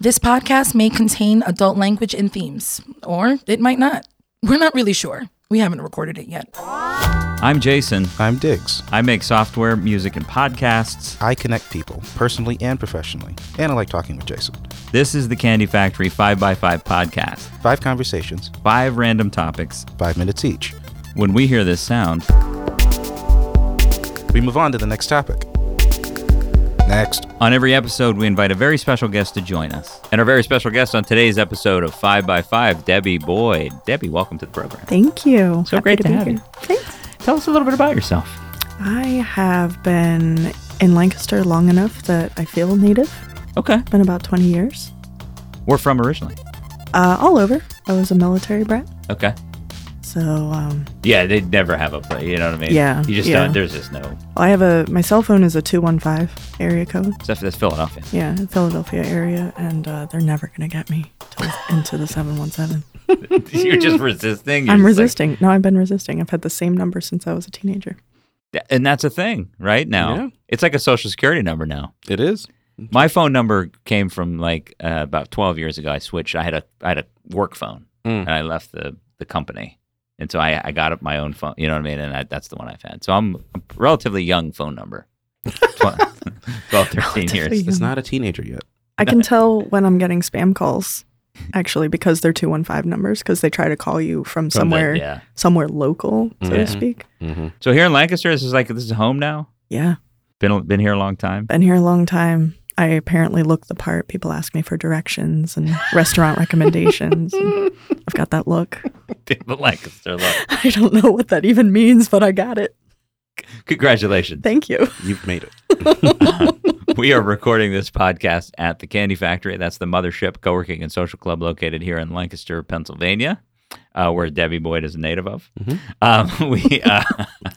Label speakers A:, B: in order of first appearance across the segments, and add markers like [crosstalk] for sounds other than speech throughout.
A: This podcast may contain adult language and themes, or it might not. We're not really sure. We haven't recorded it yet.
B: I'm Jason.
C: I'm Diggs.
B: I make software, music, and podcasts.
C: I connect people, personally and professionally, and I like talking with Jason.
B: This is the Candy Factory 5x5 podcast.
C: Five conversations,
B: Five random topics.
C: five minutes each.
B: When we hear this sound,
C: We move on to the next topic. Next.
B: on every episode, we invite a very special guest to join us. And our very special guest on today's episode of 5x5, Debbie Boyd. Debbie, welcome to the program.
D: Thank you.
B: So great to have you.
D: Thanks.
B: Tell us a little bit about yourself.
D: I have been in Lancaster long enough that I feel native.
B: Okay.
D: Been about 20 years.
B: We're from originally.
D: Uh, all over. I was a military brat.
B: Okay.
D: So um,
B: Yeah, they'd never have a play. You know what I mean?
D: Yeah,
B: You just
D: yeah.
B: don't, there's just no
D: I have a, my cell phone is a 215 area code.
B: stuff that's Philadelphia. [laughs]
D: Yeah, in Philadelphia area. And uh, they're never going to get me to, into the 717.
B: You're just resisting. You're
D: Mm. I'm
B: just like-
D: resisting. no, I've been resisting. I've had the same number since I was a teenager.
B: Th- and that's a thing right now.
C: Yeah.
B: It's like a social security number now.
C: It is.
B: My phone number came from like uh, about 12 years ago. I switched. I had a I had a work phone,
C: Mm.
B: and I left the the company, and so I I got up my own phone. You know what I mean? And I, that's the one I've had. So I'm a relatively young phone number. 12, [laughs] 12 13
D: Relatively
B: years.
D: young.
C: It's not a teenager yet.
D: I can tell when I'm getting spam calls, actually, because they're 215 numbers, because they try to call you from
B: From the-
D: somewhere.
B: yeah.
D: somewhere local, so
B: Yeah.
D: to speak.
C: Mm-hmm.
B: So here in Lancaster, this is like this is home now.
D: Yeah,
B: Been been here a long
D: [laughs]
B: time.
D: been here a long time. I apparently look the part. People ask me for directions and
C: [laughs]
D: restaurant recommendations. and I've got that look.
B: But Lancaster, [laughs] look.
D: I don't know what that even means, but I got it.
B: Congratulations.
D: Thank you.
C: You've made it.
B: we are recording this podcast at the Candy Factory. That's the mothership co-working and social club located here in Lancaster, Pennsylvania, uh, where Debbie Boyd is a native of.
C: Mhm.
B: Um, [laughs] we uh,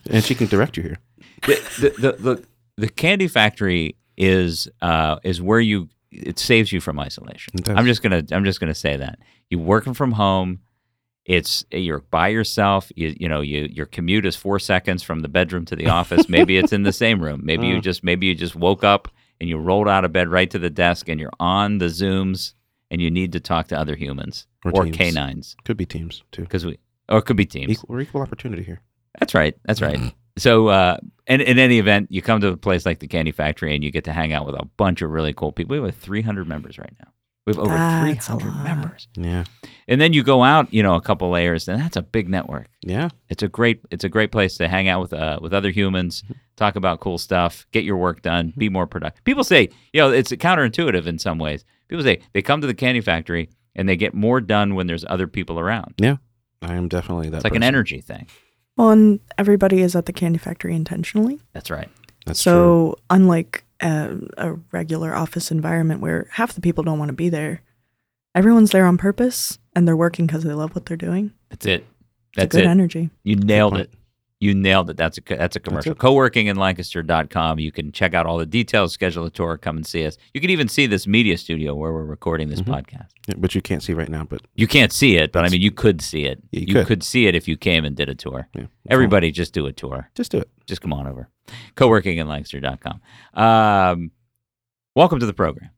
C: And she can direct you here.
B: the, the, the, the the Candy Factory is uh, is where you it saves you from isolation.
C: It does.
B: I'm just gonna I'm just gonna say that you're working from home. It's you're by yourself. You, you know you your commute is four seconds from the bedroom to the
C: [laughs]
B: office. Maybe it's in the same room. Maybe you
C: Mm.
B: just maybe you just woke up and you rolled out of bed right to the desk and you're on the zooms and you need to talk to other humans
C: Or
B: or
C: teams.
B: canines
C: Could be teams, too.
B: because we or it could be teams.
C: Equal, we're equal opportunity here.
B: That's right. That's
C: Mm-hmm.
B: right. So, uh, and in any event, you come to a place like the Candy Factory and you get to hang out with a bunch of really cool people. We have 300 members right now. We have over
D: That's a
B: 300
D: lot.
B: members.
C: Yeah.
B: And then you go out, you know, a couple layers, and that's a big network.
C: Yeah.
B: It's a great, it's a great place to hang out with uh, with other humans,
D: Mm-hmm.
B: talk about cool stuff, get your work done, be more productive. People say, you know, it's counterintuitive in some ways. People say they come to the Candy Factory and they get more done when there's other people around.
C: I am definitely that.
B: It's like an
C: person.
B: energy thing.
D: Well, and everybody is at the candy factory intentionally.
B: That's right.
C: That's true.
D: so, unlike a, a regular office environment where half the people don't want to be there, everyone's there on purpose and they're working because they love what they're doing.
B: That's it.
D: It's
B: That's
D: a good
B: it.
D: energy.
B: You nailed
C: point.
B: it. You nailed it. That's a co- that's a commercial.
C: it.
B: Coworking in Lancaster.com. You can check out all the details, schedule a tour, come and see us. You can even see this media studio where we're recording
C: Mm-hmm.
B: this podcast.
C: Yeah, But you can't see right now, but
B: You can't see it, but I mean you could see it.
C: Yeah, you
B: you
C: could.
B: see it if you came and did a tour.
C: yeah.
B: Everybody just do a tour.
C: Just do it.
B: Just come on over. Coworking in Lancaster.com. Um, welcome to the program.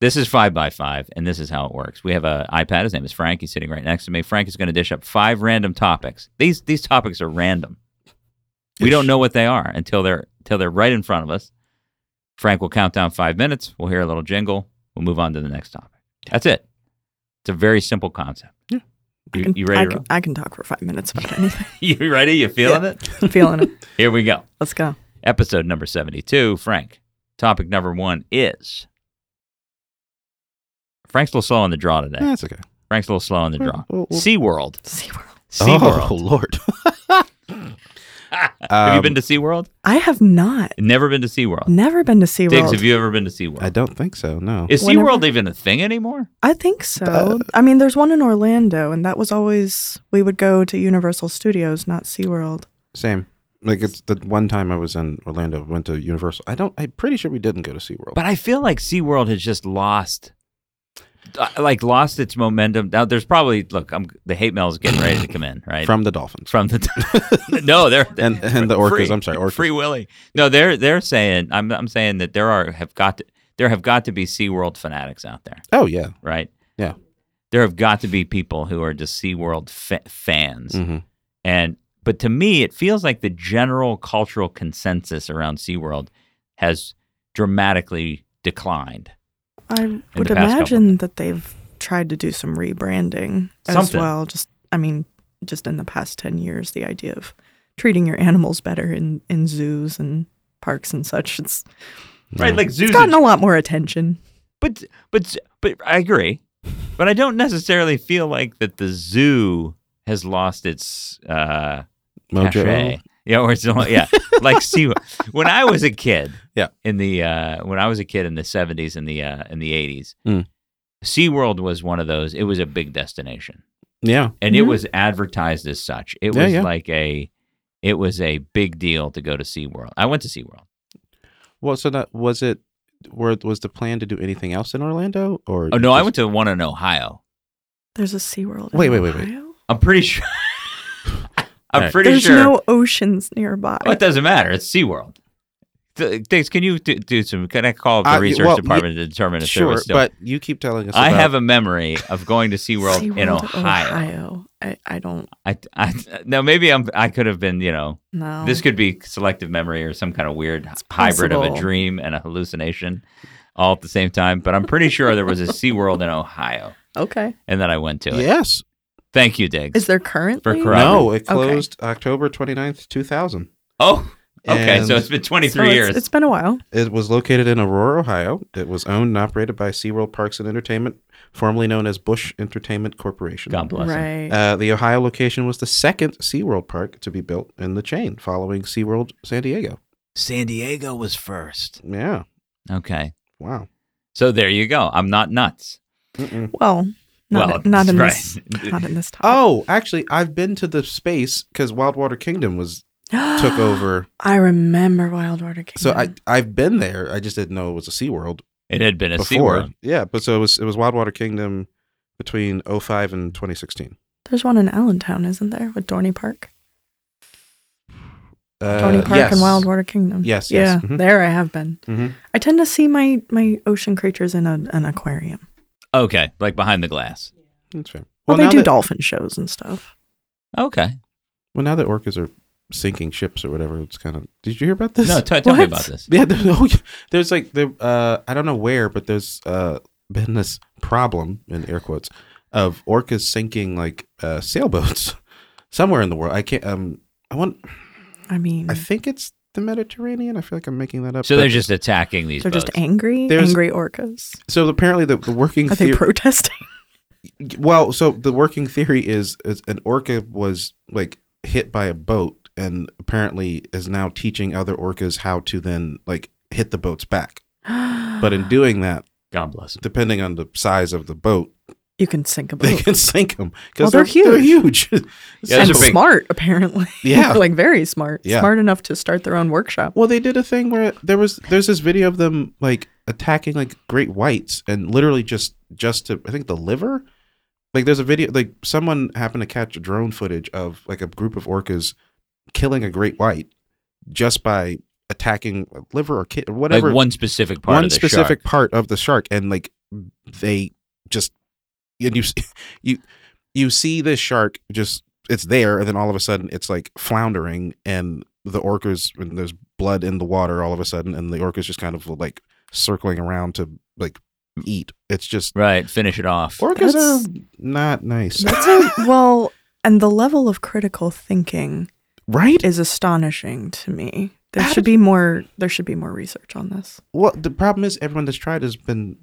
B: This is five by five, and this is how it works. We have an iPad. His name is Frank. He's sitting right next to me. Frank is going to dish up five random topics. These these topics are random. We don't know what they are until they're until they're right in front of us. Frank will count down five minutes. We'll hear a little jingle. We'll move on to the next topic. That's it. It's a very simple concept.
C: Yeah.
D: I
B: You,
D: can-
B: you
D: I
B: ready? to
D: can, I can talk for five minutes about anything. [laughs]
B: roll? [laughs] you ready? You feeling it?
D: I'm feeling it.
B: Here we go.
D: Let's go.
B: Episode number seventy-two. Frank. Topic number one is. Frank's a little slow on the draw today.
C: That's okay.
B: Frank's a little slow on the draw.
C: Eh. Well, well-
B: SeaWorld.
D: SeaWorld.
B: SeaWorld.
C: Oh, [laughs] Lord.
B: have you
C: Um,
B: been to SeaWorld?
D: I have not.
B: Never been to SeaWorld.
D: Never been to
B: Diggs,
D: SeaWorld.
B: have you ever been to SeaWorld?
C: I don't think so. No.
B: Is
D: Whenever-
B: SeaWorld even a thing anymore?
D: I think so.
B: Uh,
D: I mean, there's one in Orlando, and that was always we would go to Universal Studios, not SeaWorld.
C: Same. Like it's the one time I was in Orlando, went to Universal. I don't. I'm pretty sure we didn't go to SeaWorld.
B: But I feel like SeaWorld has just lost uh, like lost its momentum. Now there's probably look, I'm the hate mail is getting ready to come in, right?
C: from the dolphins
B: from
C: [laughs]
B: the No, they're
C: and and the orcas.
B: free-
C: I'm sorry, orcas.
B: Free Willy. No, they're they're saying I'm I'm saying that there are have got to, there have got to be SeaWorld fanatics out there,
C: Oh yeah.
B: right?
C: Yeah.
B: There have got to be people who are just SeaWorld fa- fans.
C: hmm
B: And but to me, it feels like the general cultural consensus around SeaWorld has dramatically declined.
D: I would
B: the past couple.
D: imagine that they've tried to do some rebranding as
B: Something.
D: well. Just, I mean, just in the past 10 years, the idea of treating your animals better in, in zoos and parks and such, it's,
B: Right, like zoos.
D: it's gotten a lot more attention.
B: but but but I agree, but I don't necessarily feel like that the zoo has lost its uh, cachet. Yeah, or it's only,
C: [laughs]
B: yeah, like see when I was a kid.
C: Yeah.
B: In the uh, when I was a kid in the seventies and the uh, in the eighties,
C: Mm.
B: SeaWorld was one of those. It was a big destination,
C: Yeah.
B: and
D: Mhm.
B: it was advertised as such. It
C: Yeah,
B: was
C: yeah.
B: like a, it was a big deal to go to SeaWorld. I went to SeaWorld.
C: Well, so that was it. Were was the plan to do anything else in Orlando or?
B: Oh no, I
C: just-
B: went to one in Ohio.
D: There's a SeaWorld. in
C: Wait, wait, wait, wait.
D: Ohio?
B: I'm pretty sure. [laughs] I'm
C: Right.
B: pretty
D: There's
B: sure.
D: no oceans nearby.
B: Well, it doesn't matter. It's SeaWorld. Th- Thanks. Can you do, do some? Can I call up the
C: Uh, y-
B: research
C: well,
B: department to determine if there
C: Sure,
B: was still?
C: but you keep telling us.
B: I
C: about-
B: have a memory of going to
D: [laughs]
B: SeaWorld, in
D: SeaWorld, oh,
B: Ohio.
D: Ohio. I, I don't
B: I, I, now maybe I'm. I could have been. You know,
D: know.
B: this could be selective memory or some kind of weird hybrid of a
D: possible.
B: dream and a hallucination, all at the same time. But I'm pretty sure there was a SeaWorld in Ohio,
D: Okay.
B: and then I went to it.
C: Yes.
B: Thank you, Diggs.
D: Is there currently?
B: For corrupt-
C: No, it
D: Okay.
C: closed October 29th, 2000.
B: oh, okay. so
C: And-
B: it's been 23
D: So Oh, it's-
B: years.
D: it's been a while.
C: It was located in Aurora, Ohio. It was owned and operated by SeaWorld Parks and Entertainment, formerly known as Bush Entertainment Corporation.
B: God bless. him.
D: Right.
C: Uh, the Ohio location was the second SeaWorld park to be built in the chain, following SeaWorld San Diego.
B: San Diego was first.
C: Yeah.
B: Okay.
C: Wow.
B: So there you go. I'm not nuts.
C: Mm-mm.
D: well, not,
B: well,
D: not in
B: right.
D: this. Not
B: [laughs]
D: in this topic.
C: Oh, actually, I've been to the space because Wildwater Kingdom was
B: Oh!
D: [gasps]
C: took over.
D: I remember Wild Water Kingdom.
C: So I I've been there. I just didn't know it was a SeaWorld
B: It had been a
C: before.
B: SeaWorld.
C: Yeah, but so it was it was Wildwater Kingdom between 05 and 2016.
D: There's one in Allentown, isn't there, with Dorney Park?
C: Uh,
D: Dorney Park
C: yes.
D: and Wild Water Kingdom.
C: Yes,
D: Yeah,
C: yes, mhm.
D: there I have been.
C: Mhm.
D: I tend to see my my ocean creatures in a, an aquarium.
B: Okay, like behind the glass.
C: That's fair.
D: Well,
C: now
D: they do
C: that,
D: dolphin shows and stuff.
B: Okay.
C: Well, now that orcas are sinking ships or whatever, it's kind of. Did you hear about this? [laughs]
B: No, t- tell me
D: What?
B: about this.
C: Yeah, there's, oh, yeah. [laughs] there's like there. Uh, I don't know where, but there's uh been this problem in air quotes of orcas sinking like uh, sailboats [laughs] somewhere in the world. I can't. Um, I want.
D: I mean,
C: I think it's the Mediterranean. I feel like I'm making that up.
B: So
C: but-
B: they're just attacking these
D: they're
B: boats.
D: just angry,
C: There's-
D: angry orcas.
C: So apparently the, the working
D: Are they
C: theory.
D: protesting? [laughs]
C: well, so the working theory is, is an orca was like hit by a boat and apparently is now teaching other orcas how to then like hit the
D: [gasps]
C: boats back. But
D: but
C: in doing that,
B: God bless. them.
C: depending on the size of the boat,
D: you can sink a
C: they
D: boat.
C: can sink
D: Oh.
C: them
D: Well,
C: because
D: they're
C: they're, huge.
B: Yeah, those
D: [laughs] and
B: are big-
D: smart, apparently.
C: Yeah.
D: [laughs] like very smart.
C: Yeah.
D: Smart enough to start their own
C: [laughs]
D: workshop.
C: well, they did a thing where there was there's this video of them like attacking like great whites and literally just just to I think the liver. Like there's a video like someone happened to catch drone footage of like a group of orcas killing a great white just by attacking a liver or kid or whatever
B: like one specific part
C: one
B: of the
C: specific
B: shark.
C: part of the shark and like they just and you s- [laughs] you you see this shark just it's there and then all of a sudden it's like floundering and the orcas and there's blood in the water all of a sudden and the orcas just kind of like circling around to like eat it's just
B: Right, finish it off.
C: orcas
D: That's-
C: are not nice
D: That's a, well, and the level of critical thinking
C: right
D: is astonishing to me. There
C: How
D: should be more. There should be more research on this.
C: well the problem is everyone that's tried has been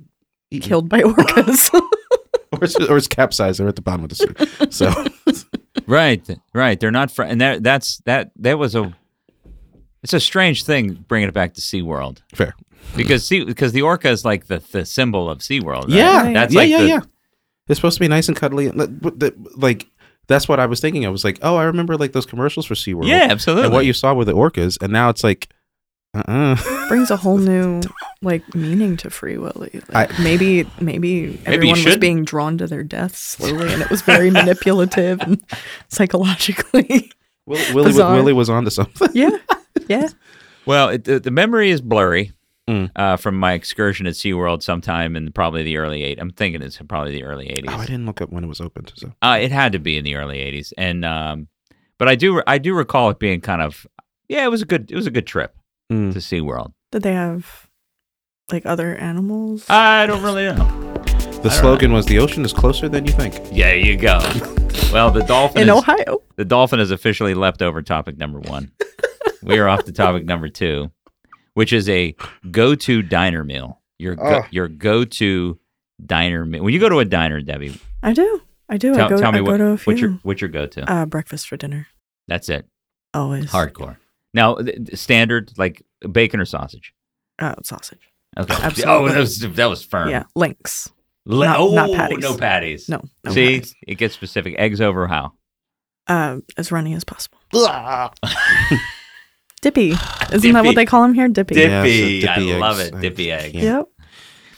B: Mm.
C: eaten
D: Killed by orcas.
C: [laughs] or, it's, or it's capsized they're at the bottom of the sea
D: [laughs]
C: so [laughs]
B: Right, right. They're not fr- and that that's that that was a it's a strange thing bringing it back to SeaWorld
C: fair
B: because sea because the orca is like the, the symbol of SeaWorld. Right?
C: Yeah,
D: Right.
B: that's
C: yeah,
B: like
C: yeah,
B: the-
C: yeah. It's supposed to be nice and cuddly, and like, but the- like that's what I was thinking. I was like, oh, I remember like those commercials for SeaWorld.
B: yeah, absolutely.
C: and what you saw were the orcas, and now it's like, uh, [laughs] uh
D: Brings a whole new like meaning to Free Willy. Like, maybe maybe everyone was
B: should.
D: being drawn to their deaths slowly, and it was very manipulative
B: [laughs]
D: and psychologically.
C: Willie, Willie, was,
D: Bizarre.
C: Willie was onto something.
D: yeah, yeah.
B: well, it, the, the memory is blurry.
C: Mm.
B: uh, from my excursion at SeaWorld sometime in probably the early 80s. I'm thinking it's probably the early 80s.
C: [laughs] Oh, I didn't look up when it was opened. So
B: Uh, it had to be in the early '80s, and um, but I do I do recall it being kind of yeah, it was a good it was a good trip
C: Mm.
B: to SeaWorld.
D: Did they have like other animals?
B: I don't really know.
C: the slogan was "The ocean is closer than you think."
B: Yeah, you go. Well, the dolphin
D: in
B: is,
D: Ohio.
B: the dolphin is officially left over topic number
D: [laughs]
B: one. we are off to topic number two, which is a go-to diner meal. Your go,
C: Oh.
D: Ah.
B: your go-to diner meal. When you go to a diner, Debbie,
D: I do. I do.
B: tell,
D: I go,
B: tell me
D: I go
B: what
D: to a few.
B: what's your what's your go-to?
D: uh, breakfast for dinner.
B: That's it.
D: Always.
B: Hardcore. Now, th- th- standard like bacon or sausage.
D: Uh, sausage.
B: Okay.
D: Absolutely.
B: Oh, that was that was firm.
D: Yeah. Links.
B: Le-
D: Not-
B: oh,
D: not patties.
B: No patties.
D: No. no
B: See,
D: worries.
B: it gets specific. Eggs over how?
D: Uh, as runny as possible.
C: Ah.
D: Dippy. Isn't that
B: Dippy.
D: what they call him here? Dippy.
C: Dip- Yeah, so
B: Dippy. I
C: dippy
B: love
C: eggs.
B: it. Dippy eggs.
C: Yeah.
B: Yeah.
D: Yep.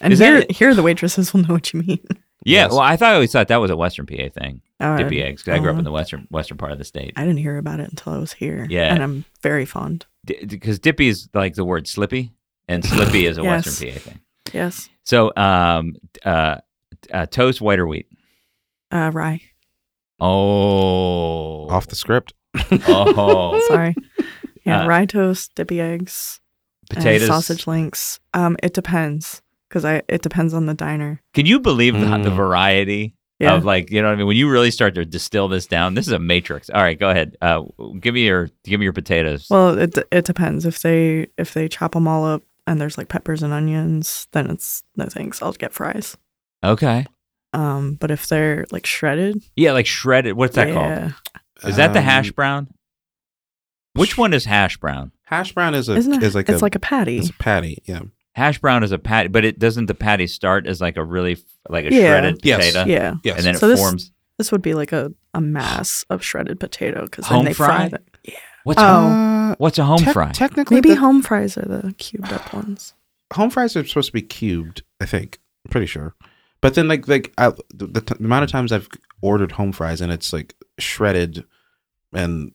D: And
B: Is that
D: here,
B: it?
D: here the waitresses will know what you mean. [laughs]
C: Yes.
B: Well, I thought I always thought that was a Western PA thing.
D: Uh,
B: dippy eggs. 'cause I grew up
D: uh-huh.
B: in the western western part of the state.
D: I didn't hear about it until I was here.
B: Yeah.
D: And I'm very fond.
B: Because dippy is like the word slippy, and slippy
D: [laughs]
B: is a
D: Yes.
B: Western PA thing.
D: Yes.
B: So, um, uh, uh, toast, white or wheat?
D: Uh, rye.
B: Oh,
C: Off the script.
B: oh, [laughs]
D: [laughs] Sorry. Yeah.
B: Uh,
D: rye toast, dippy eggs. and
B: potatoes,
D: sausage links. Um, it depends because I it depends on the diner.
B: Can you believe the, the
C: Mm.
B: variety
D: Yeah.
B: of like you know what I mean? When you really start to distill this down, this is a matrix. All right, go ahead. Uh, give me your give me your potatoes.
D: Well, it d- it depends if they if they chop them all up and there's like peppers and onions, then it's no thanks. I'll get fries.
B: okay.
D: Um, but if they're like shredded, uh,
B: Yeah, like shredded. What's that
D: yeah,
B: called? Is that the hash
C: Um,
B: brown? Which one is hash brown?
C: Hash brown is a
D: isn't it?
C: is like
D: it's
C: a,
D: like a patty.
C: it's a patty. Yeah.
B: Hash brown is a patty, but it doesn't the patty start as like a really f- like a
D: Yeah.
B: shredded
C: Yes.
B: potato,
D: yeah,
C: Yes.
B: and then
D: So
B: it
D: this-
B: forms.
D: this would be like a, a mass of shredded potato because
B: Home
D: then they fry
B: fried?
D: them. Yeah,
B: What's
D: Oh.
B: home, what's a home
C: tec-
B: fry?
C: Uh, Technically,
D: maybe
C: the-
D: home fries are the cubed up ones.
C: home fries are supposed to be cubed. I think. I'm pretty sure. But then, like, like I, the, the t- amount of times I've ordered home fries and it's like shredded, and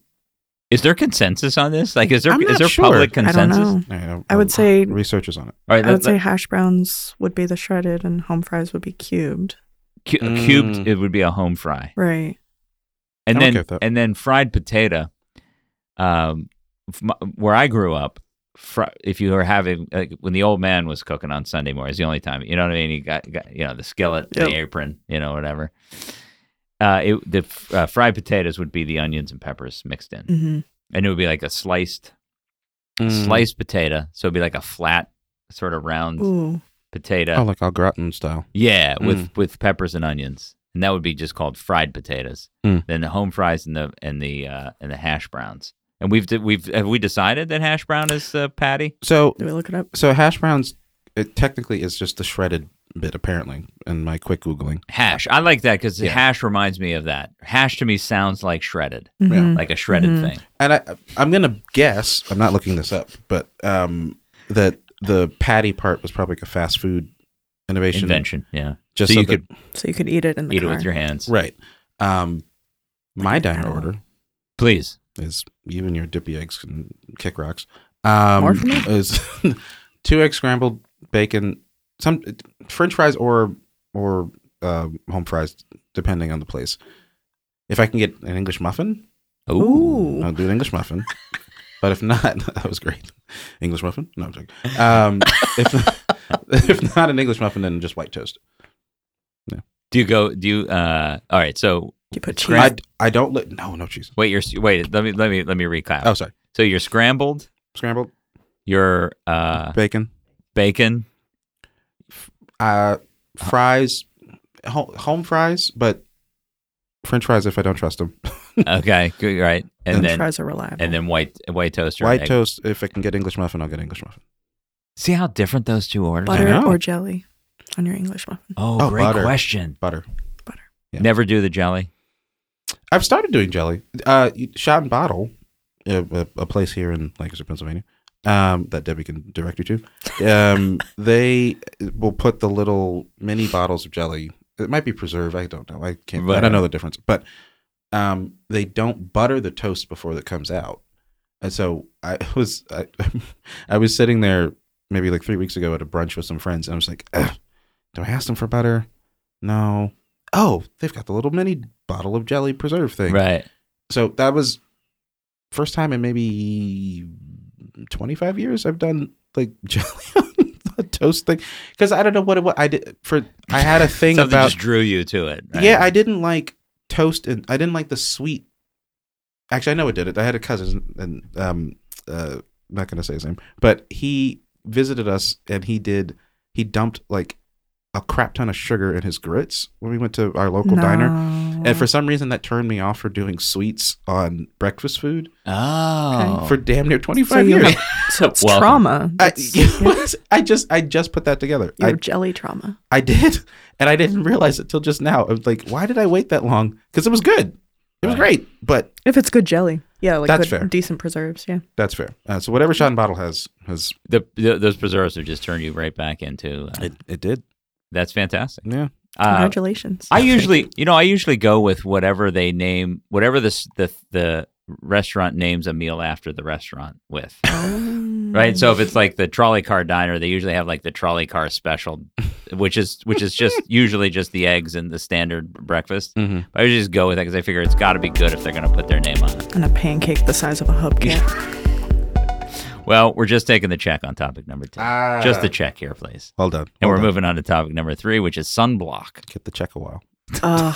B: is there consensus on this? Like, is there
C: I'm
B: is
C: not
B: there
C: sure.
B: public
D: I
B: consensus?
D: don't know.
C: I, don't know, um,
D: I would say-
C: researchers on it.
B: All right,
D: I
B: let,
D: would say hash browns would be the shredded and home fries would be cubed.
B: cu-
C: Mm.
B: cubed. It would be a home fry.
D: Right.
B: and
C: I'm
B: then
C: okay with that.
B: and then fried potato. Um, f- my- where I grew up, fr- if you were having like when the old man was cooking on Sunday mornings, the only time you know what I mean. He got, got you know the skillet, and the
D: Yep.
B: apron, you know whatever. Uh, it, the f- uh, fried potatoes would be the onions and peppers mixed in,
C: Mm.
D: hmm
B: and it would be like a sliced Mm, sliced potato. So it'd be like a flat, sort of round
D: Ooh.
B: potato.
C: Oh, like al gratin style.
B: Yeah, with with peppers and onions, and that would be just called fried potatoes.
C: Mm.
B: Then the home fries and the and the uh, and the hash browns. And we've de- we've have we decided that hash brown is uh, patty?
C: So,
D: Do we look it up?
C: so hash browns it technically is just the shredded bit, apparently. In my quick googling,
B: Hash. I like that because
C: Yeah.
B: hash reminds me of that. Hash to me sounds like shredded,
D: Mhm.
B: like a shredded
D: Mhm.
B: thing.
C: and I, I'm gonna guess. I'm not looking this up, but um, that the patty part was probably like a fast food innovation.
B: Invention. Yeah.
C: Just
B: so,
C: so
B: you
C: that-
B: could
D: So you could eat it in the
B: eat
D: car.
B: it with your hands.
C: Right. Um, my
D: an
C: diner
D: animal.
C: order
B: Please.
C: is you and your dippy eggs can kick rocks. Um,
D: More for me?
C: is [laughs] two egg scrambled bacon, some French fries or or uh, home fries, depending on the place. If I can get an English muffin,
D: Ooh.
C: I'll do an English muffin. but if not, [laughs] that was great. English muffin? No, I'm joking. Um, if if [laughs] not an English muffin, then just white toast.
B: Do you go? Do you? Uh, all right. So
D: You put cheese.
C: I, I don't let no no cheese.
B: wait. Your wait. Let me let me let me recap.
C: Oh, sorry,
B: So you're scrambled.
C: scrambled
B: Your uh,
C: bacon.
B: bacon.
C: uh fries home, home fries but french fries if i don't trust them [laughs]
B: Okay, good, right, and
D: French
B: then
D: fries are reliable.
B: and then white white toast or
C: white
B: egg.
C: toast if i can get english muffin i'll get english muffin
B: See how different those two orders
C: I
D: butter
C: know.
D: or jelly on your English muffin.
B: Oh,
C: Oh,
B: great
C: butter.
B: question.
C: butter Yeah.
B: Never do the jelly.
C: i've started doing jelly uh you- shot and bottle a, a, a place here in lancaster pennsylvania um that debbie can direct you to um [laughs] they will put the little mini bottles of jelly it might be preserved i don't know i can't i
B: Right.
C: don't know the difference but um they don't butter the [laughs] toast before it comes out And so I was I, I was sitting there maybe like three weeks ago at a brunch with some friends, and I was like, "Ugh, "Do I ask them for butter? No. Oh, they've got the little mini bottle of jelly preserve thing.
B: Right.
C: So that was first time in maybe twenty five years I've done like [laughs] jelly on a toast thing because I don't know what it was. I did for I had a thing
B: Something
C: about
B: just drew you to it. right?
C: yeah, I didn't like toast, and I didn't like the sweet. Actually, I know it did it. I had a cousin, and um, uh, not gonna say his name, but he visited us, and he did. He dumped like a crap ton of sugar in his grits when we went to our local diner, and for some reason that turned me off for doing sweets on breakfast food
B: Oh.
C: for damn near twenty
D: So
C: five
D: you-
C: years.
B: [laughs] so,
D: it's trauma.
C: I,
D: That's-
C: [laughs]
D: yeah,
C: I just, I just put that together.
D: your
C: I,
D: jelly trauma.
C: I did, [laughs] and I didn't realize it till just now. I was like, why did I wait that long? Because it was good. It was
B: Right.
C: great, but
D: If it's good jelly, yeah, like
C: That's
D: good,
C: fair.
D: decent preserves. Yeah,
C: That's fair. Uh, so whatever shot and bottle has has
B: the, the, those preserves have just turned you right back into. Uh,
C: it did.
B: that's fantastic.
C: Yeah.
B: Uh,
D: congratulations.
B: [laughs] I usually, you know, I usually go with whatever they name, whatever this the the restaurant names a meal after the restaurant with. Right. So if it's like the trolley car diner, they usually have like the trolley car special, which is which is [laughs] just usually just the eggs and the standard breakfast.
C: Mm-hmm.
B: I would just go with that because I figure it's got to be good if they're going to put their name on it.
D: and a pancake the size of a hubcap.
B: Well, we're just taking the check on topic number two. just the check here, please.
C: Well done.
B: And
C: Well
B: we're
C: done.
B: moving Ah. on to topic number three, which is sunblock.
C: Get the check a while.
D: Ugh,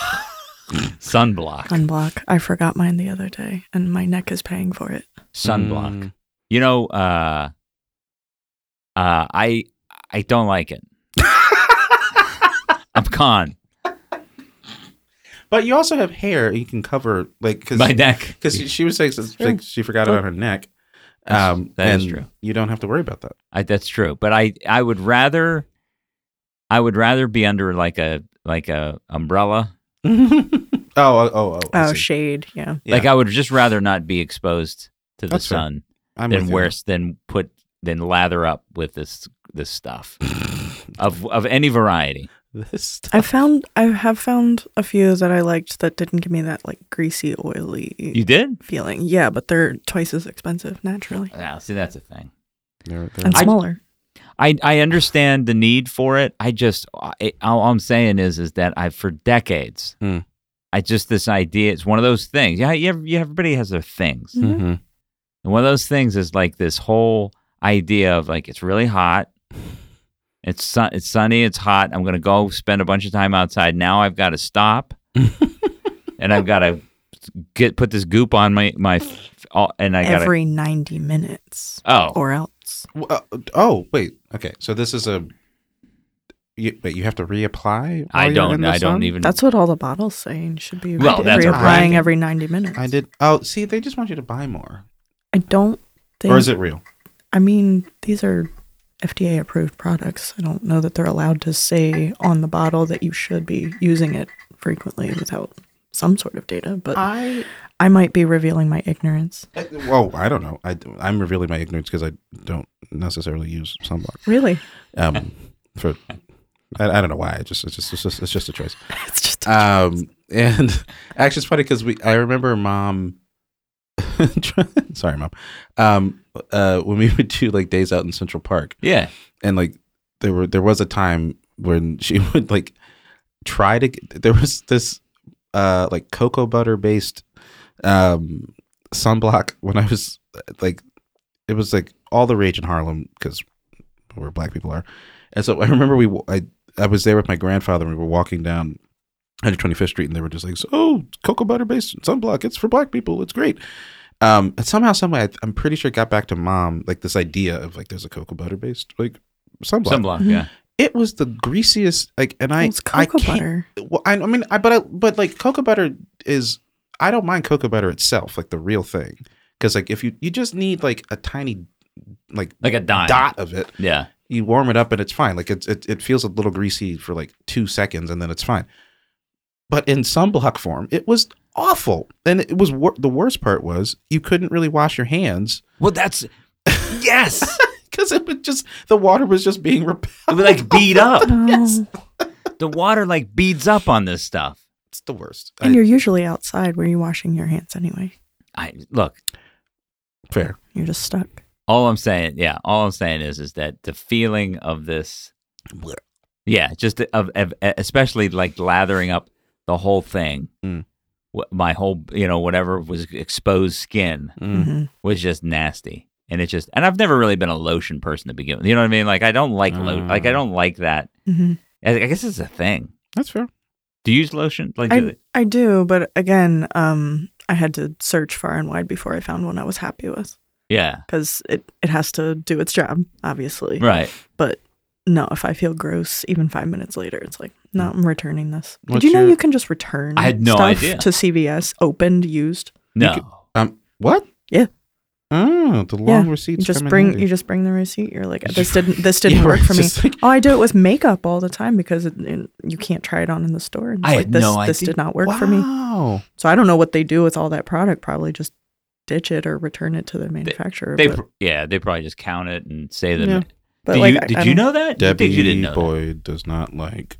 B: Sunblock.
D: unblock. I forgot mine the other day, and my neck is paying for it.
B: sunblock.
C: Mm.
B: You know, uh, uh, I I don't like it. I'm
C: [laughs]
B: con
C: But you also have hair you can cover like because
B: my neck.
C: she, she was saying since- like, she forgot about her neck.
B: That's-
C: Um,
B: that is
C: and
B: true.
C: You don't have to worry about that.
B: I, that's true, but I I would rather I would rather be under like a like a umbrella.
C: oh, oh, oh, oh! I
D: Oh,
C: see.
D: shade. Yeah.
C: Yeah.
B: Like I would just rather not be exposed to the
C: That's fair.
B: sun
C: I'm
B: than
C: with you.
B: wear than put than lather up with this this stuff of of any
C: [laughs]
B: variety.
C: [laughs] this.
D: I found I have found a few that I liked that didn't give me that like greasy, oily
B: You did?
D: feeling. Yeah, but they're twice as expensive naturally
B: Yeah. See, that's a thing.
C: They're- they're-
D: and
B: I-
D: smaller.
B: I, I understand the need for it. I just I, all I'm saying is is that I for decades
C: Hmm.
B: I just this idea. It's one of those things. Yeah, you, you everybody has their things,
C: Mhm.
B: and one of those things is like this whole idea of like it's really hot. It's sun, it's sunny. It's hot. I'm gonna go spend a bunch of time outside. Now I've got to
C: [laughs]
B: stop, and I've got to get put this goop on my my, f- all- and I got to
D: every 90 minutes
B: oh
D: or else.
C: W- uh, oh, wait. Okay, so this is a. You, but you have to reapply. while
B: I
C: you're in
B: don't
C: the
B: I don't
C: sun?
B: even
D: That's what all the bottles say. You should be
B: Well,
D: re-
B: that's
D: reapplying
B: right.
D: every 90 minutes.
C: I did. Oh, see, they just want you to buy more.
D: I don't think.
C: Or is it real?
D: I mean, these are FDA approved products. I don't know that they're allowed to say on the bottle that you should be using it frequently without some sort of data, but
C: I
D: I might be revealing my ignorance.
C: well, I don't know. I I'm revealing my ignorance because I don't necessarily use sunblock.
D: Really?
C: Um, [laughs] for I, I don't know why. I just it's just it's just, it's just a choice.
D: It's just
C: Um, and [laughs] actually, it's funny because we I remember mom. [laughs] sorry, mom. Um, uh, when we would do like days out in Central Park,
B: yeah
C: and like there were there was a time when [laughs] she would like try to get, there was this uh like cocoa butter based um sunblock when i was like it was like all the rage in harlem because where black people are and so i remember we i i was there with my grandfather and we were walking down 125th street and they were just like oh cocoa butter based sunblock it's for black people it's great um and somehow some way I, i'm pretty sure it got back to mom like this idea of like there's a cocoa butter based like sunblock
B: sunblock yeah.
C: it was the greasiest like and i
D: it's cocoa
C: I can't, [laughs]
D: butter.
C: well, I, I mean, I but I, but like cocoa butter is I don't mind cocoa butter itself, like the real thing, because like if you you just need like a tiny like
B: Like a dime.
C: dot of it,
B: Yeah.
C: you warm it up and it's fine. Like it's it, it feels a little greasy for like two seconds and then it's fine. But in sunblock form, it was awful, and it was wor- the worst part was you couldn't really wash your hands
B: Well, that's yes.
C: because it would just the water was just being [laughs]
B: It
C: repelled.
B: would like bead up.
D: Oh.
B: The water like beads up on this stuff.
C: It's the worst.
D: And
C: I,
D: you're usually outside where you're washing your hands anyway.
B: I look.
C: fair.
D: You're just stuck.
B: All I'm saying, yeah, all I'm saying is, is that the feeling of this, yeah, just of, of e, especially like lathering up the whole thing,
C: Mm.
B: wh- my whole, you know, whatever was exposed skin
C: Mm.
D: hmm
B: was just nasty. And it just, and I've never really been a lotion person to begin with. You know what I mean? Like I don't like, lo-
C: Ah.
B: like I don't like that.
D: hmm
B: I, I guess it's a thing.
C: That's fair.
B: Do you use lotion? Like, do
D: I,
B: they-
D: I do, but again, um, I had to search far and wide before I found one I was happy with
B: yeah,
D: because it, it has to do its job, obviously.
B: right.
D: But no, if I feel gross even five minutes later, it's like, no, I'm returning this.
C: What's
D: Did you know
C: your-
D: you can just return
B: Mm. I had no
D: stuff
B: idea.
D: to CVS, opened, used?
B: No.
C: could- Um, what?
D: Yeah.
C: Oh, the long
D: You
C: receipts.
D: just
C: come in
D: bring
C: handy.
D: you just bring the receipt. You're like,
C: You
D: this
C: just-
B: [laughs]
D: didn't this didn't
C: Yeah,
D: work
C: right,
D: for me.
C: just like-
D: Oh, I do it with makeup all the time because it, it- you can't try it on in the store. And it's
B: I
D: like,
B: had
D: this,
B: no
D: This
B: idea.
D: did not work
C: wow.
D: for me.
C: Wow.
D: So I don't know what they do with all that product. Probably just ditch it or return it to the manufacturer.
B: They,
D: but,
B: pr- yeah, they probably just count it and say that.
C: Yeah.
D: but
B: did
D: like,
B: you,
D: I-
B: did
D: I
B: you
D: don't-
B: know that? You
C: Debbie
B: think you didn't know. that.
C: Boyd does not like.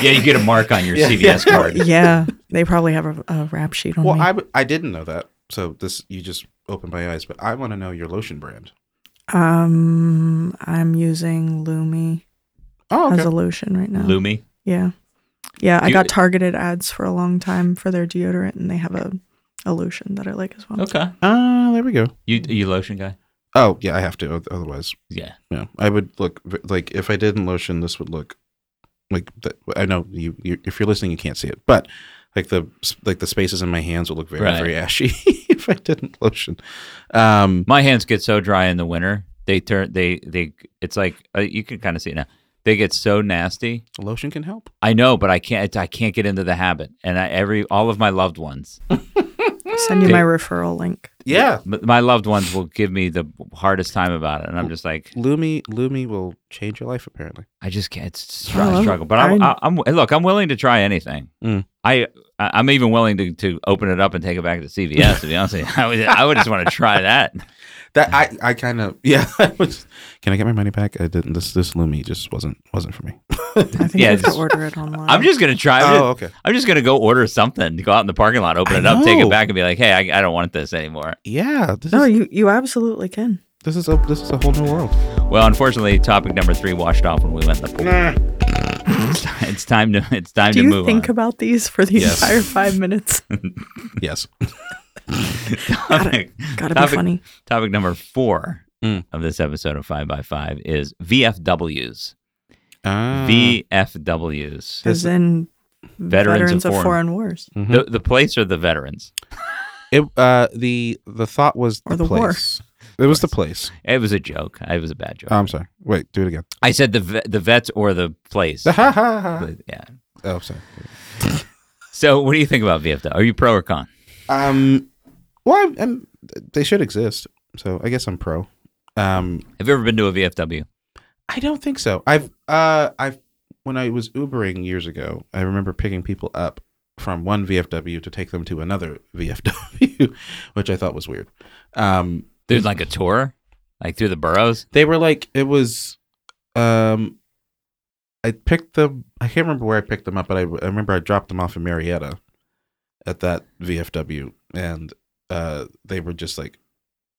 B: Yeah, you get a mark on your
C: [laughs] Yeah.
B: CVS card.
D: [laughs]
B: [laughs]
D: Yeah, they probably have a, a wrap sheet on
C: Well,
D: me.
C: I, w- I didn't know that. So this you just opened my eyes, but I want to know your lotion brand.
D: um, I'm using Lumi
C: Oh,
D: as a lotion right now.
B: Lumi.
D: Yeah, yeah. I
B: You-
D: got targeted ads for a long time for their deodorant, and they have a, a lotion that I like as well.
B: Okay.
C: Ah, there we go.
B: You you lotion guy?
C: Oh, yeah, I have to. oth- Otherwise,
B: Yeah.
C: yeah, I would look v- like if I didn't lotion, this would look like that. I know you, you. If you're listening, you can't see it, but like the s- like the spaces in my hands would look very
B: Right.
C: very ashy [laughs] if I didn't lotion. Um,
B: My hands get so dry in the winter. They turn they they. It's like uh, you can kind of see it now. They get so nasty.
C: lotion can help.
B: I know, but I can't. I can't get into the habit. And I every all of my loved ones,
D: Send you
B: They-
D: my referral link.
C: Yeah,
B: m- my loved ones will give me the hardest time about it, and I'm just like,
C: Lumi Lumi will change your life apparently.
B: I just can't. It's
D: Oh,
B: a
D: I'm-
B: struggle. But I'm,
D: I'm-
B: I, I'm look. I'm willing to try anything.
C: Mm.
B: I I- I'm even willing to, to open it up and take it back to CVS. to be honest, with you. I would I would just want to try that.
C: That I I kind of [laughs] yeah. I was, can I get my money back? I didn't. This this Lumi just wasn't wasn't for me.
D: I think
B: Yeah,
D: you have to
B: just-
D: order it online.
B: I'm just gonna try.
D: Oh,
B: I'm, just,
C: Oh, okay.
B: I'm just gonna go order something. Go out in the parking lot, open
C: I
B: it up, take it
C: know.
B: back, and be like, hey, I, I don't want this anymore.
C: Yeah. This
D: no,
C: is
D: you you absolutely can.
C: this is a this is a whole new world.
B: Well, unfortunately, topic number three washed off when we went in the pool. it's, ti- it's time to it's time
D: Do
B: to
D: you
B: move
D: think
B: on.
D: about these for the
C: Yes.
D: entire five
B: [laughs]
D: minutes? [laughs]
C: Yes.
B: topic,
D: Gotta be
B: topic-
D: funny.
B: topic number four
C: Mm.
B: of this episode of Five by Five is VFWs.
C: Ah.
B: VFWs.
D: As in
B: Veterans
D: veterans,
B: of Foreign-
D: of,
B: Hmm.
D: foreign, wars
C: Mhm.
B: The, the place or the veterans?
C: It, uh, the the thought was
D: Or
C: the
D: the war.
C: place. It was the place.
B: It was a joke. It was a bad joke.
C: Oh, I'm sorry. Wait, do it again. [laughs]
B: I said the ve- the vets or the place.
C: Ha, ha, ha.
B: But, yeah.
C: oh, I'm sorry.
B: So what do you think about VFW? Are you pro or con?
C: Um, well, I'm, I'm, they should exist. So I guess I'm pro. Um,
B: Have you ever been to a VFW?
C: I don't think so. I've uh I've when I was Ubering years ago, I remember picking people up from one VFW to take them to another VFW, [laughs] which I thought was weird. Um
B: There's like a tour, like through the boroughs.
C: they were like it was um I picked them I can't remember where I picked them up, but I, I remember I dropped them off in Marietta at that VFW and uh they were just like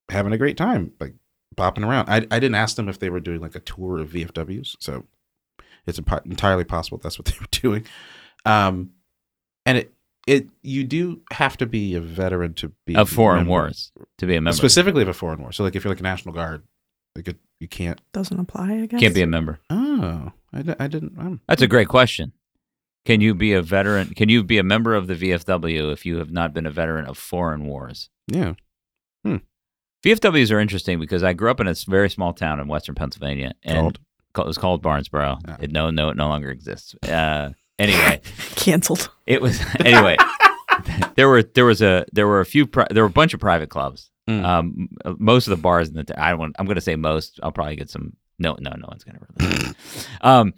C: having a great time, like bopping around. I I didn't ask them if they were doing like a tour of VFWs, so it's impo- entirely possible that's what they were [laughs] doing. Um and it it you do have to be a veteran to be
B: Of foreign
C: member-
B: wars to be a member.
C: Specifically of a foreign war. So like if you're like a National Guard, like it, you can't
D: doesn't apply. I guess
B: Can't be a member.
C: Oh, I, di- I didn't. um, I'm,
B: That's a great question. Can you be a veteran? Can you be a member of the VFW if you have not been a veteran of foreign wars?
C: yeah.
B: VFWs are interesting because I grew up in a s- very small town in western Pennsylvania, and
C: Called?
B: ca- it was called Barnesboro.
C: Ah.
B: It no, no, it no longer exists. Uh,
C: [laughs]
B: anyway,
D: [laughs] canceled.
B: it was anyway. there were there was a there were a few pri- there were a bunch of private clubs.
C: Mm.
B: Um, m- most of the bars in the t- I don't want, I'm going to say most. I'll probably get some. No, no, no one's going to really. um,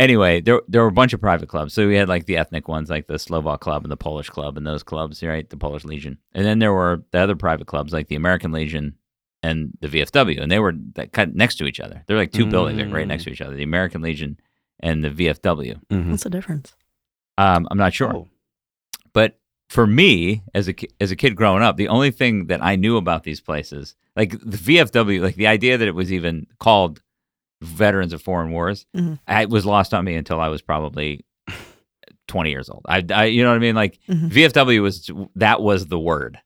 B: anyway, there there were a bunch of private clubs. So we had like the ethnic ones, like the Slovak club and the Polish club, and those clubs, right? The Polish Legion, and then there were the other private clubs, like the American Legion and the VFW, and they were that kind of next to each other. They're like two buildings, like right
C: Mm.
B: next to each other. The American Legion and the VFW.
C: Mm-hmm.
D: What's the difference?
B: Um, I'm not sure. But for me, as a ki- as a kid growing up, the only thing that I knew about these places like the VFW, like the idea that it was even called Veterans of Foreign Wars,
D: Mhm.
B: I- it was lost on me until I was probably [laughs] 20 years old. I, I you know what I mean? Like
D: Mhm.
B: VFW was that was the word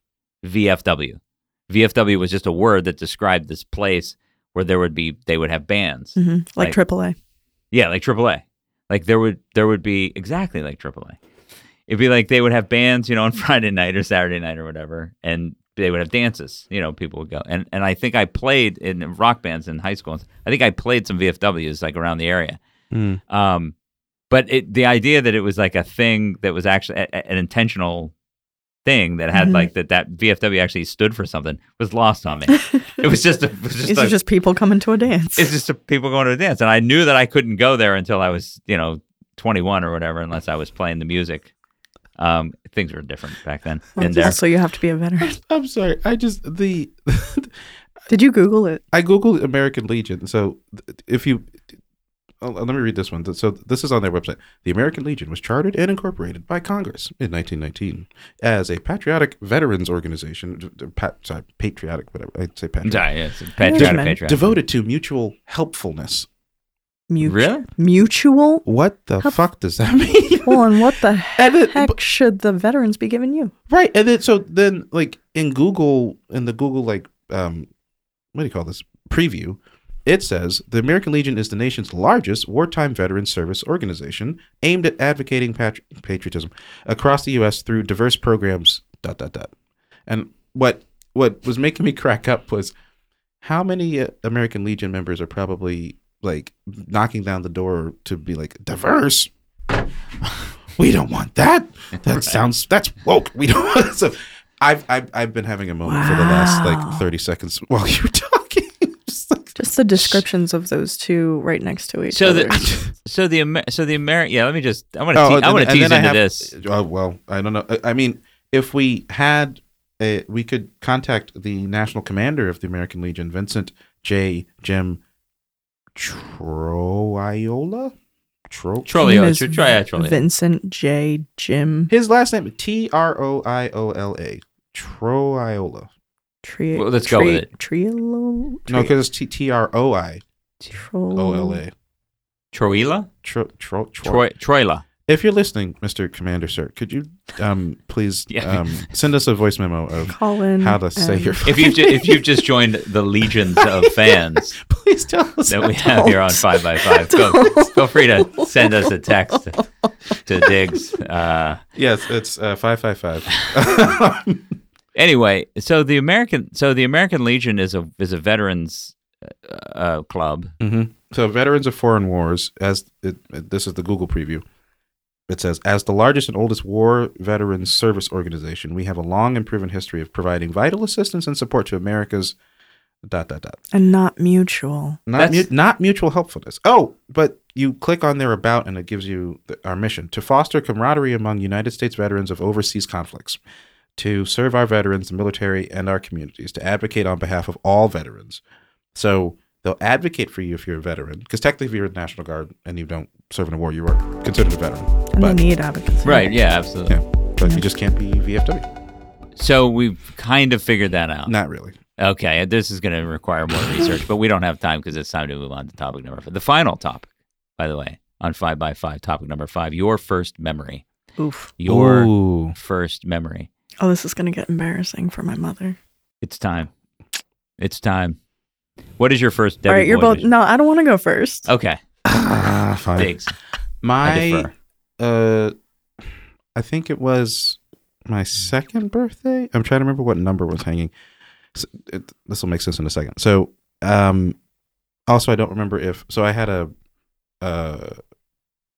B: VFW. VFW was just a word that described this place where there would be they would have bands.
D: hmm
B: Like-
D: Like AAA.
B: Yeah, like AAA. Like there would there would be exactly like AAA. It'd be like they would have bands, you know, on [laughs] Friday night or Saturday night or whatever, and they would have dances. You know, people would go and and I think I played in rock bands in high school. I think I played some VFWs like around the area. Um, but it, the idea that it was like a thing that was actually a, a- an intentional thing that had
D: Mhm.
B: like that that VFW actually stood for something was lost on me. It was just a, it was just
D: These
B: a-
D: are just people coming to a dance.
B: it's just a, people going to a dance. And I knew that I couldn't go there until I was, you know, 21 or whatever, unless I was playing the music. Um, things were different back then in there.
D: Also, you have to be a veteran.
C: [laughs] I'm sorry. I just the [laughs]
D: Did you Google it?
C: I googled American Legion. So th- if you oh, let me read this one. So this is on their website. The American Legion was chartered and incorporated by Congress in 1919 as a patriotic veterans organization. d- d- Pat, sorry, patriotic, whatever. I'd say patriotic.
B: Sorry, yeah, it's a patriotic-
D: Judgment.
B: patriotic.
C: Devoted to mutual helpfulness.
D: Mutu-
B: Really?
D: Mutual?
C: What the
D: Help-
C: fuck does that [laughs] mean?
D: Well, and what
B: [laughs]
D: the
C: and then,
D: heck
C: but-
D: should the veterans be giving you?
C: right, and then so then like in Google in the Google like um what do you call this preview? It says the American Legion is the nation's largest wartime veteran service organization aimed at advocating patri- patriotism across the U.S. through diverse programs. Dot dot dot. And what what was making me crack up was how many uh, American Legion members are probably like knocking down the door to be like diverse. [laughs] we don't want that. That sounds that's woke. We don't. [laughs] Want so I've I've I've been having a moment for the last
D: Wow.
C: like thirty seconds [laughs] while you were talking. [laughs] Just like-
D: Just the descriptions of those two right next to each
B: So
D: other.
B: the [laughs] so the Amer- so the American yeah. Let me just I want to
C: oh, and
B: I want to
C: then- and
B: tease
C: then
B: into
C: I have-
B: this.
C: Oh well, I don't know. I- I mean, if we had, a, we could contact the national commander of the American Legion, Vincent J. Jim Troiola. Tro.
D: His name
B: Trollio,
D: is
B: uh, tr- try out Trollio.
D: Vincent J. Jim
C: His last name T R O I O L A. Troiola.
D: Tri-
B: Well, let's go with it.
D: Triolo?
C: No, because it's T R O I O L A.
B: Troila,
C: Tro. Tro.
B: Troy,
C: Tro.
B: Troila.
C: If you're listening, Mr. Commander, sir, could you um, please
B: [laughs] Yeah.
C: um, send us a voice memo of
D: Colin.
C: how to say
D: and- um,
C: your
B: If you've ju- if you've just joined the legions of fans
C: [laughs] Please tell us.
B: that we have here on Five by Five, go, feel free to send us a text to Diggs. Uh,
C: [laughs] Yes, it's uh, five five five.
B: anyway, so the American so the American Legion is a is a veterans uh, uh, club.
C: So, veterans of foreign wars, as it, it- this is the Google preview. It says, as the largest and oldest war veterans service organization, we have a long and proven history of providing vital assistance and support to America's dot dot dot.
D: And not mutual.
C: Not mu-
B: That's-
C: not mutual helpfulness. Oh, but you click on their about and it gives you the, our mission to foster camaraderie among United States veterans of overseas conflicts, to serve our veterans, the military, and our communities, to advocate on behalf of all veterans. So they'll advocate for you if you're a veteran, because technically, if you're a National Guard and you don't serve in a war, you are considered a veteran.
D: And
C: But
D: they need
C: Mm-hmm.
D: advocacy.
B: Right. Yeah. Absolutely.
C: yeah, but you just can't be VFW.
B: So we've kind of figured that out.
C: Not really.
B: Okay. This is going to require more research, but we don't have time because it's time to move on to topic number five. The final topic, by the way, on Five by Five, topic number five: your first memory.
D: Oof.
B: Your
C: Ooh.
B: first memory.
D: Oh, this is going to get embarrassing for my mother.
B: It's time. It's time. What is your first?
D: All right,
B: Debbie,
D: you're
B: what
D: both.
B: is- Oh.
D: No, I don't want to go first.
B: Okay.
C: Ah, fine.
B: Diggs. I
C: My
B: defer.
C: uh I think it was my second birthday. I'm trying to remember what number was hanging. So it, this will make sense in a second. So, um also I don't remember if so I had a uh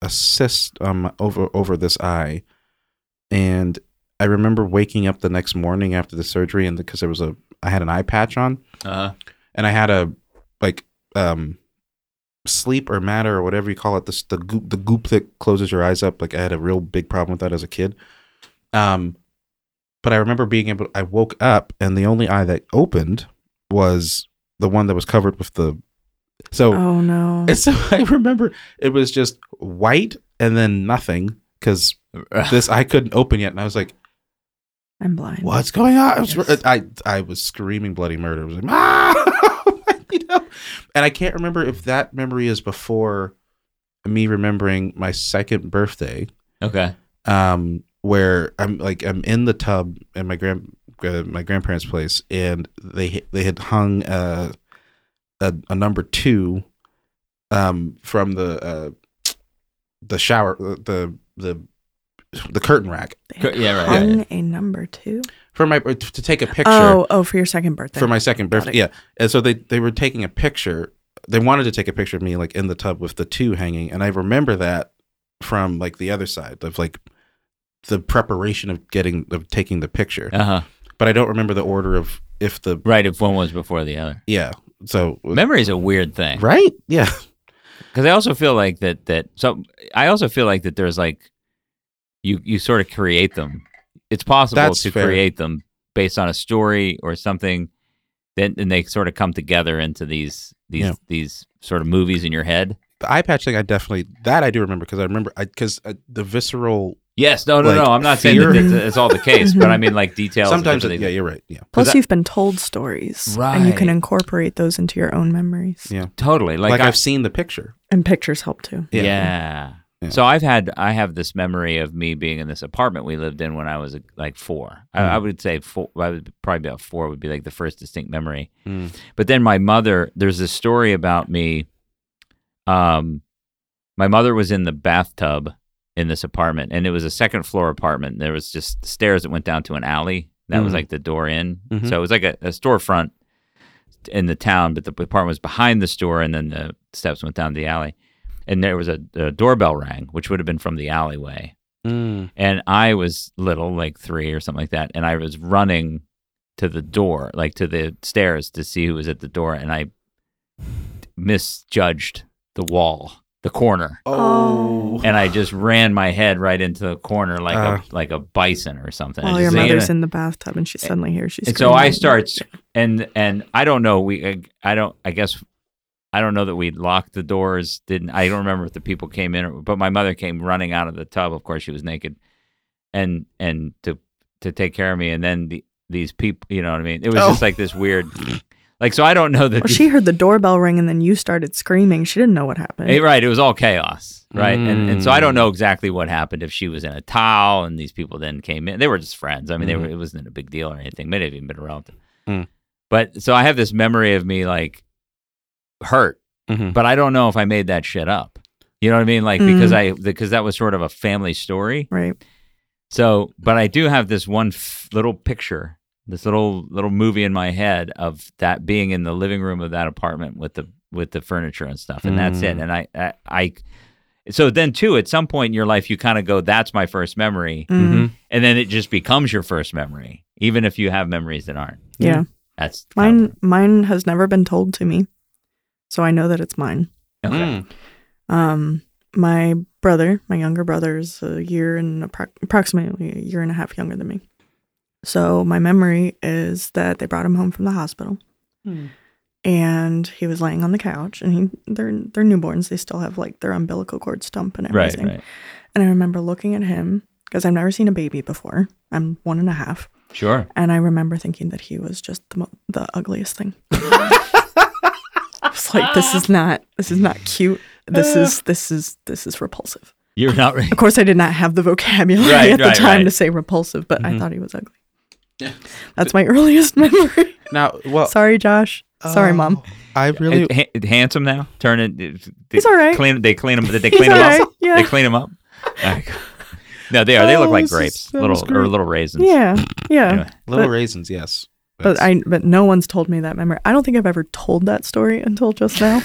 C: a cyst um over over this eye and I remember waking up the next morning after the surgery and because there was a I had an eye patch on
B: Uh,
C: and I had a like um sleep or matter or whatever you call it this the goop the goop that closes your eyes up like I had a real big problem with that as a kid um but I remember being able I woke up and the only eye that opened was the one that was covered with the so
D: Oh, no.
C: and [laughs] so I remember it was just white and then nothing because this I couldn't open yet and I was like
D: I'm blind.
C: what's going on? I was,
D: Yes.
C: I, I was screaming bloody murder. I was like, ah! [laughs] you know? And I can't remember if that memory is before me remembering my second birthday,
B: Okay.
C: um, where I'm like I'm in the tub at my grand uh, my grandparents' place, and they they had hung uh, a a number two um, from the uh, the shower the the the curtain rack
D: They
B: Co- yeah, right,
D: hung
B: yeah,
D: a number two.
C: for my to take a picture.
D: Oh, oh, for your second birthday.
C: for my second
D: Got
C: birthday.
D: it.
C: Yeah, and so they they were taking a picture. They wanted to take a picture of me like in the tub with the two hanging, and I remember that from like the other side of like the preparation of getting of taking the picture,
B: Uh huh.
C: but I don't remember the order of if the
B: Right. If one was before the other,
C: yeah. So
B: memory is a weird thing.
C: right, yeah,
B: because I also feel like that that so I also feel like that there's like you you sort of create them. It's possible
C: That's
B: to
C: fair.
B: create them based on a story or something. Then and they sort of come together into these these
C: Yeah.
B: these sort of movies in your head.
C: the eye patch thing. I definitely that I do remember because I remember because uh, the visceral.
B: Yes, no, no,
C: Like,
B: no. I'm not saying that
C: fear.
B: that's, that's all the case, but I mean like details. and
C: sometimes,
B: different
C: yeah,
B: things.
C: you're right. Yeah,
D: Plus,
B: that-
D: you've been told stories, and you can
B: Right.
D: incorporate those into your own memories.
C: Yeah.
B: totally. Like,
C: like,
B: I-
C: I've seen the picture.
D: And pictures help too.
B: Yeah.
C: Yeah. Yeah.
B: So I've had I have this memory of me being in this apartment we lived in when I was like 4 I,
C: Mm.
B: I would say four. I would probably about four would be like the first distinct memory.
C: Mm.
B: But then my mother, there's this story about me. Um, my mother was in the bathtub in this apartment, and it was a second floor apartment. and There was just stairs that went down to an alley. That was
C: Mhm.
B: like the door in.
C: Mhm.
B: So it was like a, a storefront in the town, but the apartment was behind the store, and then the steps went down the alley. And there was a, a doorbell rang, which would have been from the alleyway.
C: Mm.
B: And I was little, like three or something like that. And I was running to the door, like to the stairs to see who was at the door. And I misjudged the wall, the corner.
D: Oh.
B: And I just ran my head right into the corner like
C: Uh.
B: a like a bison or something. I
D: While your
B: just-
D: mother's in the bathtub, and she suddenly hears she's.
B: and so I start and and I don't know we I don't I guess I don't know that we locked the doors didn't I don't remember if the people came in or, but my mother came running out of the tub of course she was naked and and to to take care of me and then the, these people you know what I mean it was
C: Oh.
B: just like this weird like so I don't know that
D: Well, she heard the doorbell ring, and then you started screaming. She didn't know what happened.
B: Eh, right. It was all chaos. Right. And, and so I don't know exactly what happened if she was in a towel and these people then came in. They were just friends. I mean, they were, it wasn't a big deal or anything. Maybe even been a relative.
C: Mm.
B: But so I have this memory of me like hurt,
C: Mhm.
B: but I don't know if I made that shit up. You know what I mean? Like, because I, because that was sort of a family story.
D: Right.
B: So, but I do have this one f- little picture, this little little movie in my head of that being in the living room of that apartment with the with the furniture and stuff, and that's it.
C: Mm.
B: And I, I, I, so then too, at some point in your life, you kind of go, "That's my first memory,"
D: Mm.
B: and then it just becomes your first memory, even if you have memories that aren't.
D: Yeah.
B: That's kind
D: Mine. Mine has never been told to me, so I know that it's mine.
B: of- okay.
C: Mm.
D: Um, my brother, my younger brother, is a year and appro- approximately a year and a half younger than me. So my memory is that they brought him home from the hospital,
B: Hmm.
D: and he was laying on the couch. And he, they're they're newborns; they still have like their umbilical cord stump and
B: Right.
D: everything.
B: Right.
D: And I remember looking at him because I've never seen a baby before. I'm one and a half,
B: Sure.
D: and I remember thinking that he was just the mo- the
B: [laughs]
D: ugliest thing. I was like, this is not this is not cute. This
B: Uh.
D: is this is this is repulsive.
B: You're not [laughs] right.
D: Of course, I did not have the vocabulary
B: Right,
D: at the
B: right,
D: time
B: right. Mm-hmm.
D: to say repulsive, but I thought he was ugly. That's my earliest [laughs] memory.
C: Now,
B: Oh.
C: well,
D: Sorry, Josh.
B: Um,
D: Sorry, mom.
C: oh, I really
B: Ha- handsome now. Turn it. They
D: He's all right.
B: Clean. They clean him. Did they
D: He's
B: clean him
D: all
B: up?
D: right, yeah.
B: They clean him
D: [laughs]
B: up. no, they are. They look
C: Oh,
B: like
C: this is-
B: grapes,
C: that
B: little
C: was
B: or
C: great.
B: little raisins.
D: Yeah, yeah.
B: Anyway.
C: little
D: but-
C: raisins. Yes,
D: But
C: That's-
D: I but no one's told me that memory. I don't think I've ever told that story until just
B: [laughs]
D: now.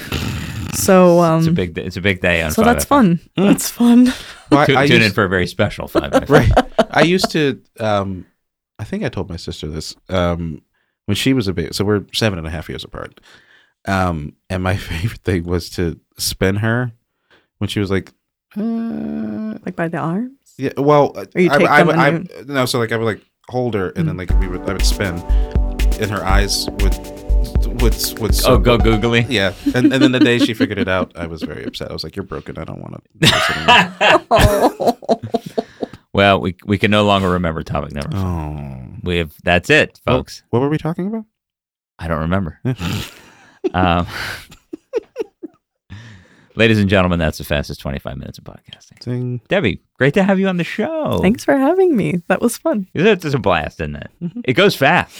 D: So
B: It's a
D: um,
B: big. Mm. It's a big day. On
D: so
B: Friday.
D: that's fun. That's
B: [laughs]
D: fun.
C: Well, I-
B: Tu-
C: I
B: tune in
C: used-
B: for a very special five.
D: [laughs]
B: by five.
C: [laughs] right. I used to. Um, I think I told my sister this um, when she was a baby. So we're seven and a half years apart. Um, and my [laughs] favorite thing was to spin her when she was like, uh,
D: Like by the arm.
C: yeah. Well,
D: Or you
C: I,
D: take
C: I,
D: them
C: would- I,
D: and Mm.
C: no. So like I would like hold her, and then like we would I would spin, and her eyes would would would.
B: Oh, go googly.
C: Yeah, and, and then the day she figured it out, I was very upset. I was like, "You're broken. I don't want to."
B: Well, we we can no longer remember topic number.
C: oh.
B: we have that's it,
D: Oh.
B: folks.
C: What were we talking about?
B: I don't
D: [laughs]
B: remember. um, [laughs] ladies and gentlemen, that's the fastest 25 minutes of podcasting.
C: Ding.
B: Debbie, great to have you on the show.
D: Thanks for having me. That was fun.
B: It's a blast, isn't it?
C: Mhm.
B: It goes fast.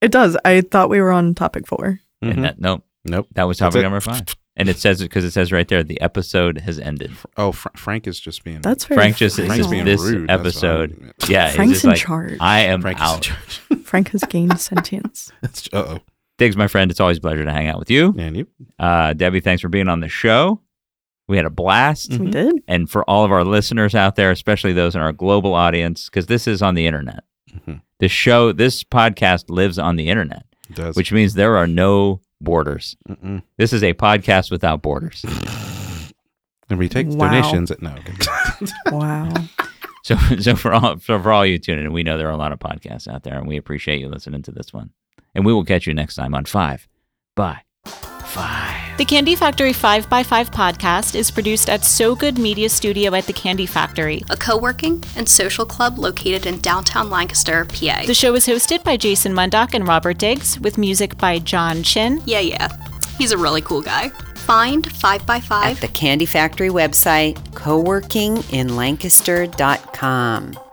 D: It does. I thought we were on topic four.
B: And
C: Mhm.
B: that, no,
C: Nope.
B: that was
C: That's
B: topic
C: it.
B: number
C: [laughs]
B: five. And it says it because it says right there, the episode has ended.
C: Oh, Fra- Frank is just being
D: That's very
B: Frank just, it's
C: Frank's
D: final.
B: just
C: being
B: this
C: rude, that's what
B: episode.
C: I'm-
B: Yeah, it's
D: Frank's
B: just
D: in
B: like,
D: charge.
B: I am
C: Frank is in
B: out.
C: charge. [laughs]
D: Frank has gained sentience.
C: Uh oh.
B: Diggs, my friend, it's always a pleasure to hang out with you.
C: And you.
B: Uh, Debbie, thanks for being on the show. We had a blast.
C: Mm-hmm.
D: We did.
B: And for all of our listeners out there, especially those in our global audience, because this is on the internet.
C: Mhm.
B: This show, this podcast lives on the internet,
C: Does.
B: which means there are no borders.
C: Mm-mm.
B: This is a podcast without borders.
C: And we take
D: Wow.
C: donations. At, no. okay.
D: Wow.
B: So, so for all so for all you tuning in, we know there are a lot of podcasts out there, and we appreciate you listening to this one. And we will catch you next time on Five. Bye. Five.
E: The Candy Factory 5x5 podcast is produced at So Good Media Studio at the Candy Factory.
F: a co working and social club located in downtown Lancaster, PA.
E: The show is hosted by Jason Mundock and Robert Diggs, with music by John Chin.
F: yeah, yeah. He's a really cool guy. Find 5x5
G: at the Candy Factory website, coworkinginlancaster.com.